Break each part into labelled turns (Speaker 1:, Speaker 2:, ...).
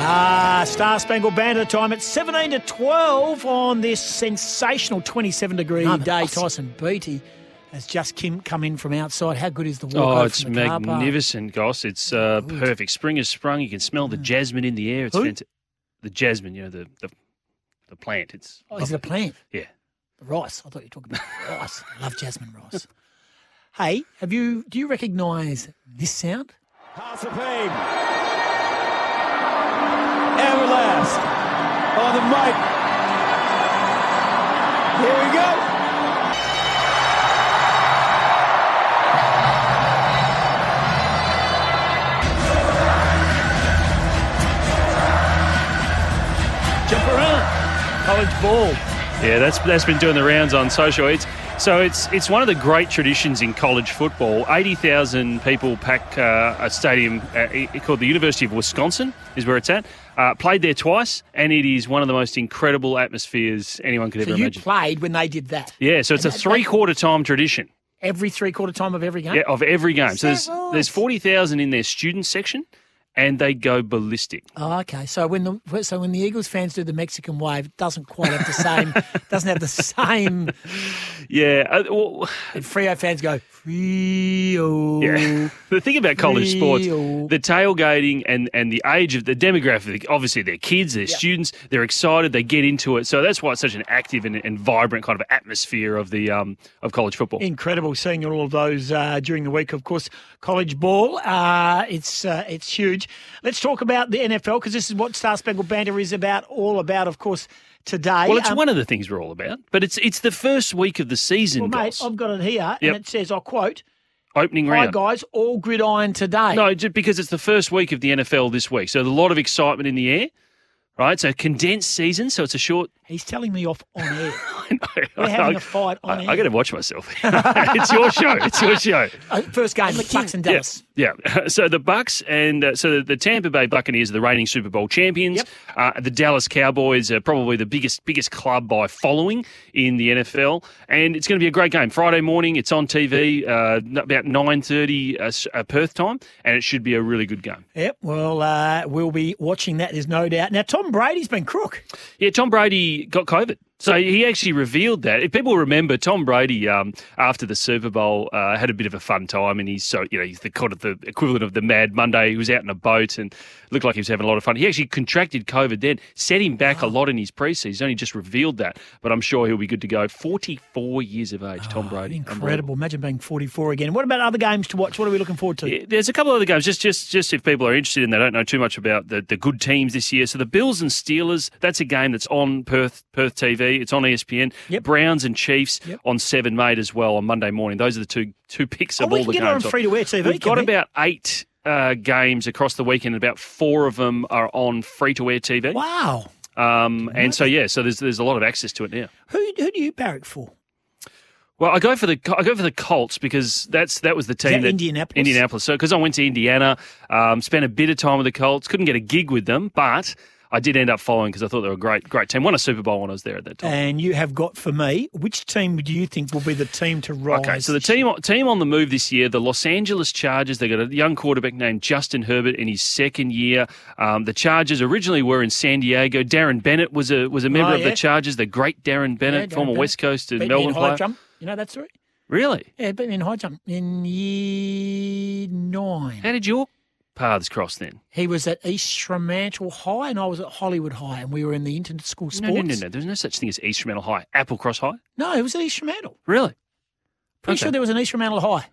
Speaker 1: Ah, Star Spangled Banner time. It's 17 to 12 on this sensational 27 degree
Speaker 2: Another
Speaker 1: day.
Speaker 2: awesome.
Speaker 1: Tyson Beatty has just Kim come in from outside. How good is the walk
Speaker 3: Oh,
Speaker 1: over
Speaker 3: it's
Speaker 1: from the car park? Oh,
Speaker 3: magnificent, Goss. It's uh, perfect. Spring has sprung. You can smell the jasmine in the air. It's
Speaker 1: Who?
Speaker 3: fanta- the jasmine, you know, the the, the plant. It's
Speaker 1: Oh, is it a plant?
Speaker 3: yeah.
Speaker 1: Rice. I thought you were talking about rice. I love jasmine rice. Hey, have you? Do you recognise this sound?
Speaker 4: House of Pain. Everlast on the mic. Here we go.
Speaker 1: Jump around. College ball.
Speaker 3: Yeah, that's that's been doing the rounds on social. It's so it's it's one of the great traditions in college football. Eighty thousand people pack uh, a stadium uh, i- i- called the University of Wisconsin is where it's at. Uh, played there twice, and it is one of the most incredible atmospheres anyone could
Speaker 1: So
Speaker 3: ever
Speaker 1: you
Speaker 3: imagine.
Speaker 1: played when they did that.
Speaker 3: yeah, so it's a
Speaker 1: that- that-
Speaker 3: three-quarter time tradition.
Speaker 1: Every three quarter time of every game.
Speaker 3: Yeah, of every game.
Speaker 1: Is
Speaker 3: So
Speaker 1: that
Speaker 3: there's
Speaker 1: right?
Speaker 3: there's forty thousand in their student section, and they go ballistic.
Speaker 1: Oh, okay. So when the so when the Eagles fans do the Mexican wave, it doesn't quite have the same doesn't have the same.
Speaker 3: Yeah. uh, well,
Speaker 1: And Frio fans go Frio.
Speaker 3: yeah. the thing about college sports,
Speaker 1: Real.
Speaker 3: the tailgating and, and the age of the demographic, obviously they're kids, they're students, they're excited, they get into it. So that's why it's such an active and, and vibrant kind of atmosphere of the um, of college football.
Speaker 1: Incredible seeing all of those uh, during the week. Of course, college ball. Uh, it's uh, it's huge. Let's talk about the NFL because this is what Star Spangled Banner is about. All about, of course, today.
Speaker 3: well, it's
Speaker 1: Um,
Speaker 3: one of the things we're all about, but it's it's the first week of the season,
Speaker 1: Well, mate,
Speaker 3: Goss.
Speaker 1: I've got it here,
Speaker 3: Yep.
Speaker 1: and it says, "I quote:
Speaker 3: opening
Speaker 1: Hi
Speaker 3: round.
Speaker 1: guys, all gridiron today."
Speaker 3: No, just because it's the first week of the NFL this week, so there's a lot of excitement in the air, right? So condensed season, so it's a short.
Speaker 1: he's telling me off on air.
Speaker 3: I know.
Speaker 1: We're having
Speaker 3: I-
Speaker 1: a fight on
Speaker 3: I,
Speaker 1: air.
Speaker 3: I got to watch myself. it's your show. It's your show.
Speaker 1: Uh, First game, Bucks and Dallas.
Speaker 3: Yeah, yeah. So the Bucks and uh, so the Tampa Bay Buccaneers are the reigning Super Bowl champions. Uh, the Dallas Cowboys are probably the biggest biggest club by following in the NFL, and it's going to be a great game. Friday morning, it's on TV uh, n- about nine thirty uh, s- uh, Perth time, and it should be a really good game.
Speaker 1: Yep, well, uh, we'll be watching that, there's no doubt. Now, Tom Brady's been crook.
Speaker 3: Yeah, Tom Brady got COVID. So he actually revealed that. If people remember, Tom Brady, um, after the Super Bowl, uh, had a bit of a fun time, and he's so you know he's the kind of the equivalent of the Mad Monday. He was out in a boat and looked like he was having a lot of fun. He actually contracted COVID then, set him back a lot in his preseason. He's only just revealed that, but I'm sure he'll be good to go. 44 years of age, Tom Brady.
Speaker 1: Incredible. Imagine being 44 again. What about other games to watch? What are we looking forward to?
Speaker 3: Yeah, Eh, There's a couple other games. Just, just, just if people are interested and they don't know too much about the, the good teams this year. So the Bills and Steelers. That's a game that's on Perth Perth TV. It's on E ESPN.
Speaker 1: Yep.
Speaker 3: Browns and Chiefs
Speaker 1: Yep.
Speaker 3: on Seven Mate as well on Monday morning. Those are the two two picks
Speaker 1: Oh,
Speaker 3: of
Speaker 1: we
Speaker 3: all
Speaker 1: can
Speaker 3: the
Speaker 1: get it
Speaker 3: games.
Speaker 1: on free-to-air TV,
Speaker 3: We've got
Speaker 1: can we?
Speaker 3: about eight. Uh, games across the weekend, and about four of them are on free to air TV.
Speaker 1: Wow.
Speaker 3: Um, and so, yeah, so there's there's a lot of access to it now.
Speaker 1: Who, who do you barrack for?
Speaker 3: Well, I go for the I go for the Colts because that's that was the team
Speaker 1: that Indianapolis?
Speaker 3: Indianapolis. So because I went to Indiana, um, spent a bit of time with the Colts, couldn't get a gig with them, but I did end up following because I thought they were a great great team. Won a Super Bowl when I was there at that time.
Speaker 1: And you have got for me, which team do you think will be the team to rise?
Speaker 3: Okay, so the team team on the move this year, the Los Angeles Chargers. They got a young quarterback named Justin Herbert in his second year. Um, the Chargers originally were in San Diego. Darren Bennett was a was a member
Speaker 1: Oh,
Speaker 3: of
Speaker 1: yeah.
Speaker 3: the Chargers. The great Darren
Speaker 1: Yeah,
Speaker 3: Bennett,
Speaker 1: Darren
Speaker 3: former
Speaker 1: Bennett.
Speaker 3: West Coast and
Speaker 1: Beat me in
Speaker 3: Melbourne
Speaker 1: high
Speaker 3: player.
Speaker 1: jump. You know that story?
Speaker 3: Really?
Speaker 1: Yeah, beat me in high jump in year nine.
Speaker 3: How did your paths crossed then.
Speaker 1: He was at East Fremantle High and I was at Hollywood High and we were in the inter school sports.
Speaker 3: No, no, no, no. There's no such thing as East Fremantle High. Apple Cross High?
Speaker 1: No, it was at East Fremantle.
Speaker 3: Really?
Speaker 1: Pretty
Speaker 3: Okay.
Speaker 1: sure there was an East Fremantle High.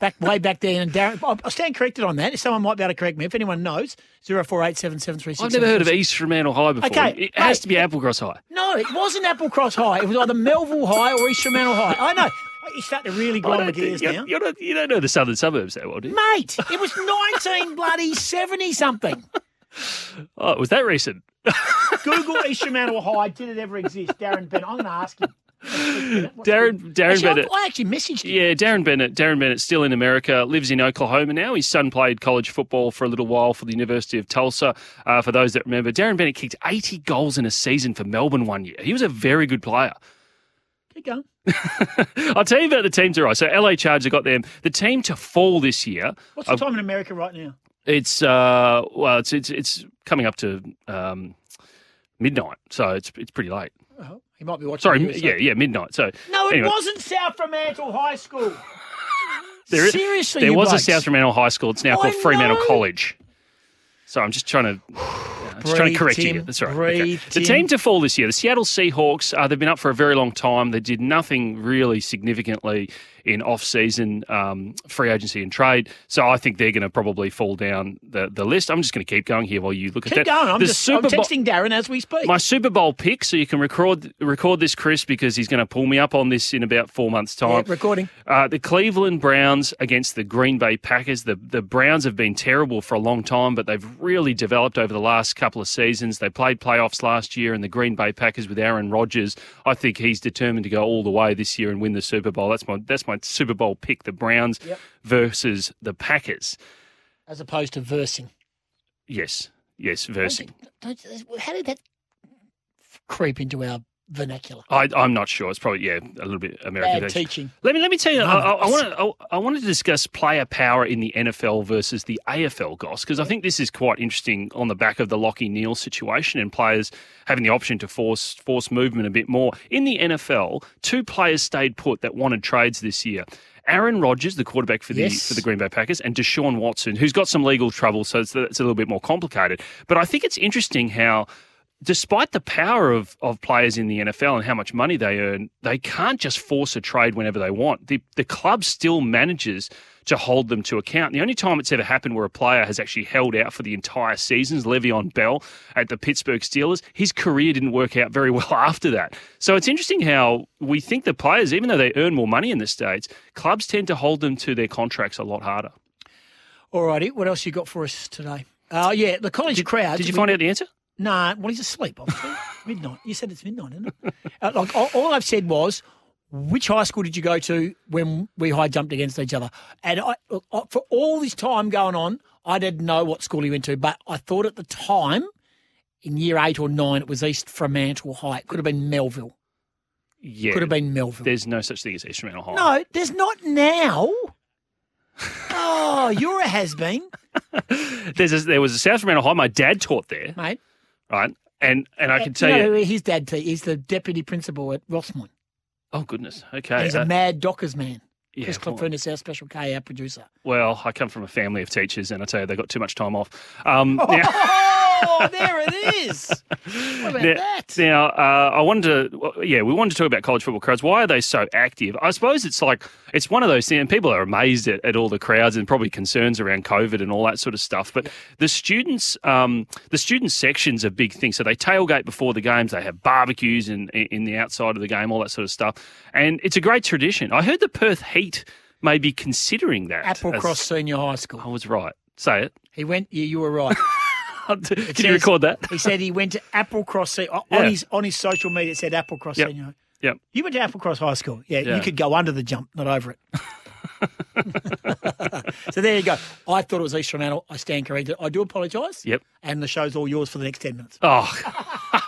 Speaker 1: Back way back then, and Darren, I- I stand corrected on that. If someone might be able to correct me, if anyone knows, zero four eight seven seven three six.
Speaker 3: I've never heard of East Fremantle High before.
Speaker 1: Okay,
Speaker 3: It has
Speaker 1: mate.
Speaker 3: to be Apple Cross High.
Speaker 1: No, it wasn't Applecross High. It was either Melville High or East Fremantle High. I know. You start to really
Speaker 3: I
Speaker 1: grind the
Speaker 3: don't think-
Speaker 1: gears
Speaker 3: you're-
Speaker 1: now,
Speaker 3: you're not- you don't know the southern suburbs that well, do you?
Speaker 1: mate. It was nineteen bloody seventy something.
Speaker 3: Oh, was that recent?
Speaker 1: Google East Fremantle High. Did it ever exist, Darren Bennett? I'm going to ask you.
Speaker 3: Darren, Darren
Speaker 1: Actually,
Speaker 3: Bennett.
Speaker 1: I, I actually messaged you.
Speaker 3: Yeah, Darren Bennett. Darren Bennett's still in America, lives in Oklahoma now. His son played college football for a little while for the University of Tulsa. Uh, for those that remember, Darren Bennett kicked 80 goals in a season for Melbourne one year. He was a very good player.
Speaker 1: Keep going.
Speaker 3: I'll tell you about the teams, all right. So LA Chargers have got them. The team to fall this year.
Speaker 1: What's the time in America right now?
Speaker 3: It's uh, well, it's it's it's coming up to um, midnight, so it's it's pretty late.
Speaker 1: Oh, he might be watching.
Speaker 3: Sorry,
Speaker 1: you,
Speaker 3: m-
Speaker 1: so-
Speaker 3: yeah, yeah, midnight. So
Speaker 1: No, it
Speaker 3: anyway.
Speaker 1: wasn't South Fremantle High School.
Speaker 3: There is-
Speaker 1: Seriously,
Speaker 3: there
Speaker 1: you
Speaker 3: was
Speaker 1: blokes.
Speaker 3: a South Fremantle High School. It's now
Speaker 1: I
Speaker 3: called Fremantle
Speaker 1: know.
Speaker 3: College. So I'm just trying to, I'm just trying
Speaker 1: Breathe,
Speaker 3: to correct you.
Speaker 1: Tim.
Speaker 3: here. That's all right.
Speaker 1: Breathe,
Speaker 3: The
Speaker 1: Tim.
Speaker 3: team to fall this year, the Seattle Seahawks. Uh, they've been up for a very long time. They did nothing really significantly in off-season um, free agency and trade. So I think they're going to probably fall down the, the list. I'm just going to keep going here while you look
Speaker 1: Keep
Speaker 3: at that.
Speaker 1: going. I'm
Speaker 3: The
Speaker 1: just
Speaker 3: Super
Speaker 1: I'm
Speaker 3: Bowl-
Speaker 1: texting Darren as we speak.
Speaker 3: my Super Bowl pick, so you can record record this, Chris, because he's going to pull me up on this in about four months' time.
Speaker 1: Yeah, recording.
Speaker 3: Uh, the Cleveland Browns against the Green Bay Packers. The the Browns have been terrible for a long time, but they've really developed over the last couple of seasons. They played playoffs last year, and the Green Bay Packers with Aaron Rodgers. I think he's determined to go all the way this year and win the Super Bowl. That's my that's my Super Bowl pick. The Browns versus the Packers.
Speaker 1: as opposed to versing.
Speaker 3: Yes, yes, versing.
Speaker 1: Don't, how did that creep into our vernacular?
Speaker 3: I, I'm not sure. It's probably yeah, a little bit American.
Speaker 1: Bad
Speaker 3: based.
Speaker 1: teaching.
Speaker 3: Let me let me tell you. I- I, I
Speaker 1: Nice.
Speaker 3: want to I, I want to discuss player power in the NFL versus the AFL, Goss, because I think this is quite interesting on the back of the Lockie Neal situation and players having the option to force force movement a bit more. In the NFL, two players stayed put that wanted trades this year. Aaron Rodgers, the quarterback for the
Speaker 1: Yes.
Speaker 3: for the Green Bay Packers, and Deshaun Watson, who's got some legal trouble, so it's, it's a little bit more complicated. But I think it's interesting how despite the power of, of players in the NFL and how much money they earn, they can't just force a trade whenever they want. The, the club still manages to hold them to account. The only time it's ever happened where a player has actually held out for the entire season is Le'Veon Bell at the Pittsburgh Steelers. His career didn't work out very well after that. So it's interesting how we think the players, even though they earn more money in the States, clubs tend to hold them to their contracts a lot harder.
Speaker 1: All righty, what else you got for us today? Oh, yeah, the college crowd.
Speaker 3: Did you find out the answer?
Speaker 1: Nah, well, he's asleep, obviously. midnight. You said it's midnight, isn't it? Uh, like, all, all I've said was, which high school did you go to when we high jumped against each other? And I, look, I, for all this time going on, I didn't know what school he went to, but I thought at the time, in year eight or nine, it was East Fremantle High. It could have been Melville.
Speaker 3: Yeah.
Speaker 1: Could have been Melville.
Speaker 3: There's no such thing as instrumental high.
Speaker 1: No, there's not now. Oh, you're a has been,
Speaker 3: There's a, there was a South Fremantle High. My dad taught there,
Speaker 1: mate.
Speaker 3: right? And and I can
Speaker 1: And
Speaker 3: tell
Speaker 1: know
Speaker 3: you,
Speaker 1: who his dad. T- he's the deputy principal at Rossmont.
Speaker 3: oh goodness,
Speaker 1: And
Speaker 3: okay.
Speaker 1: he's
Speaker 3: uh,
Speaker 1: a mad Dockers man.
Speaker 3: yeah,
Speaker 1: Chris
Speaker 3: well,
Speaker 1: Clifford is our special K, our producer.
Speaker 3: well, I come from a family of teachers, and I tell you, they got too much time off. Um, now,
Speaker 1: Oh, there it is. What about
Speaker 3: now,
Speaker 1: that?
Speaker 3: now, uh, I wanted to, well, yeah, we wanted to talk about college football crowds. Why are they so active? I suppose it's like it's one of those things. And people are amazed at, at all the crowds and probably concerns around COVID and all that sort of stuff. But the students, um, the student section's a big thing. So they tailgate before the games. They have barbecues in in the outside of the game, all that sort of stuff. And it's a great tradition. I heard the Perth Heat may be considering that. as-
Speaker 1: Applecross Senior High
Speaker 3: I
Speaker 1: School.
Speaker 3: was right. Say it.
Speaker 1: He went. Yeah, you were right.
Speaker 3: Can
Speaker 1: says-
Speaker 3: you record that?
Speaker 1: He said he went to Applecross Se- on
Speaker 3: Yeah.
Speaker 1: his on his social media. It said Applecross
Speaker 3: Yep.
Speaker 1: Senior. High.
Speaker 3: Yep.
Speaker 1: You went to Applecross High School. Yeah,
Speaker 3: Yeah.
Speaker 1: you could go under the jump, not over it. so there you go. I thought it was East Fremantle. I stand corrected. I do apologise.
Speaker 3: Yep.
Speaker 1: And the show's all yours for the next ten minutes.
Speaker 3: Oh,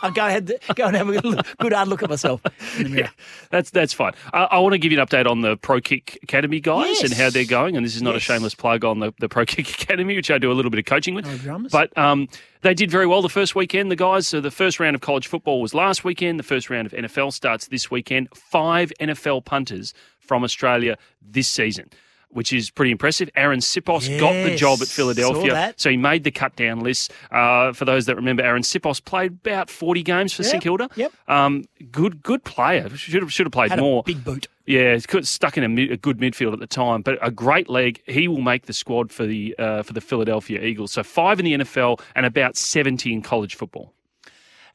Speaker 1: I'll go ahead, go and have a good, look, good hard look at myself in the mirror.
Speaker 3: That's that's fine. I, I want to give you an update on the Pro Kick Academy guys
Speaker 1: Yes.
Speaker 3: and how they're going. And this is not a
Speaker 1: Yes.
Speaker 3: shameless plug on the, the Pro Kick Academy, which I do a little bit of coaching with.
Speaker 1: No dramas.
Speaker 3: But um, they did very well the first weekend. The guys. So the first round of college football was last weekend. The first round of NFL starts this weekend. Five NFL punters from Australia this season. which is pretty impressive. Aaron Sipos got the
Speaker 1: Yes,
Speaker 3: job at
Speaker 1: saw
Speaker 3: Philadelphia,
Speaker 1: that.
Speaker 3: so he made the cut down list. Uh, for those that remember, Aaron Sipos played about forty games for
Speaker 1: Yep,
Speaker 3: St Kilda.
Speaker 1: yep.
Speaker 3: Um, good, good player. Should have should have played
Speaker 1: Had
Speaker 3: more.
Speaker 1: a big boot.
Speaker 3: Yeah, he's cut- stuck in a, mid, a good midfield at the time, but a great leg. He will make the squad for the uh, for the Philadelphia Eagles. So five in the NFL and about seventy in college football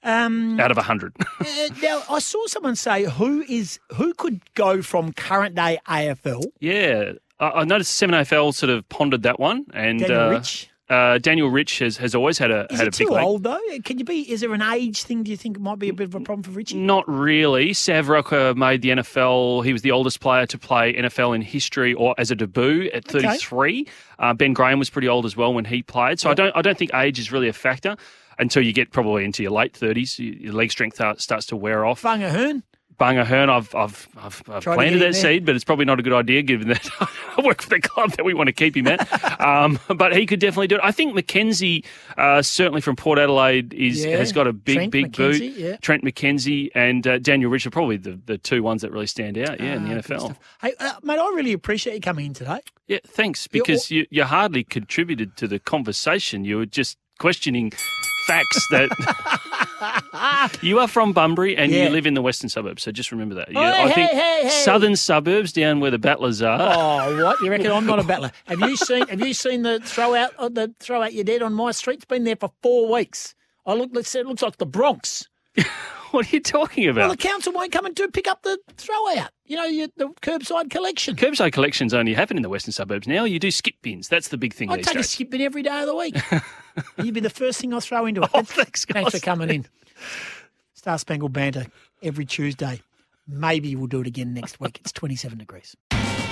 Speaker 1: Um,
Speaker 3: out of hundred.
Speaker 1: uh, now I saw someone say who is who could go from current day AFL.
Speaker 3: yeah, I, I noticed Seven AFL sort of pondered that one, and
Speaker 1: Daniel
Speaker 3: uh,
Speaker 1: Rich?
Speaker 3: Uh, Daniel Rich has, has always had a
Speaker 1: Is
Speaker 3: had
Speaker 1: it
Speaker 3: a big
Speaker 1: too
Speaker 3: leg.
Speaker 1: old though? Can you be? Is there an age thing? Do you think might be a bit of a problem for Richie?
Speaker 3: Not really. Savroka made the NFL. He was the oldest player to play NFL in history, or as a debut at
Speaker 1: Okay.
Speaker 3: 33. Uh, ben Graham was pretty old as well when he played. So I don't, I don't think age is really a factor until you get probably into your late 30s. Your your leg strength uh, starts to wear off.
Speaker 1: Fung Ahern.
Speaker 3: Bunga Hearn, I've, I've, I've, I've
Speaker 1: Try to
Speaker 3: planted
Speaker 1: get him there.
Speaker 3: that seed, but it's probably not a good idea given that I work for the club that we want to keep him at. um, but he could definitely do it. I think McKenzie, uh, certainly from Port Adelaide, is
Speaker 1: Yeah.
Speaker 3: has got a big,
Speaker 1: Trent
Speaker 3: big
Speaker 1: McKenzie,
Speaker 3: boot.
Speaker 1: yeah.
Speaker 3: Trent McKenzie and uh, Daniel Rich are probably the, the two ones that really stand out, yeah, in
Speaker 1: Ah,
Speaker 3: the
Speaker 1: good
Speaker 3: NFL.
Speaker 1: stuff. Hey, uh, mate, I really appreciate you coming in today.
Speaker 3: Yeah, thanks,
Speaker 1: Yeah,
Speaker 3: because you, you hardly contributed to the conversation. You were just questioning facts that. You are from Bunbury and
Speaker 1: Yeah.
Speaker 3: you live in the western suburbs, so just remember that. You,
Speaker 1: Hey,
Speaker 3: I think
Speaker 1: hey, hey, hey.
Speaker 3: southern suburbs down where the battlers are.
Speaker 1: Oh, what? You reckon I'm not a battler? Have you seen? Have you seen the throw out? uh, The throw out your dead on my street. It's been there for four weeks. I look. let's say It looks like the Bronx.
Speaker 3: What are you talking about?
Speaker 1: Well, the council won't come and do pick up the throw out. You know, you, the curbside collection.
Speaker 3: Curbside collections only happen in the western suburbs now. You do skip bins. That's the big thing
Speaker 1: I
Speaker 3: these
Speaker 1: take a
Speaker 3: days.
Speaker 1: skip in every day of the week. And You'd be the first thing I throw into it.
Speaker 3: Oh, thanks, guys.
Speaker 1: Thanks for coming in. Star Spangled Banter every Tuesday. Maybe we'll do it again next week. It's 27 degrees.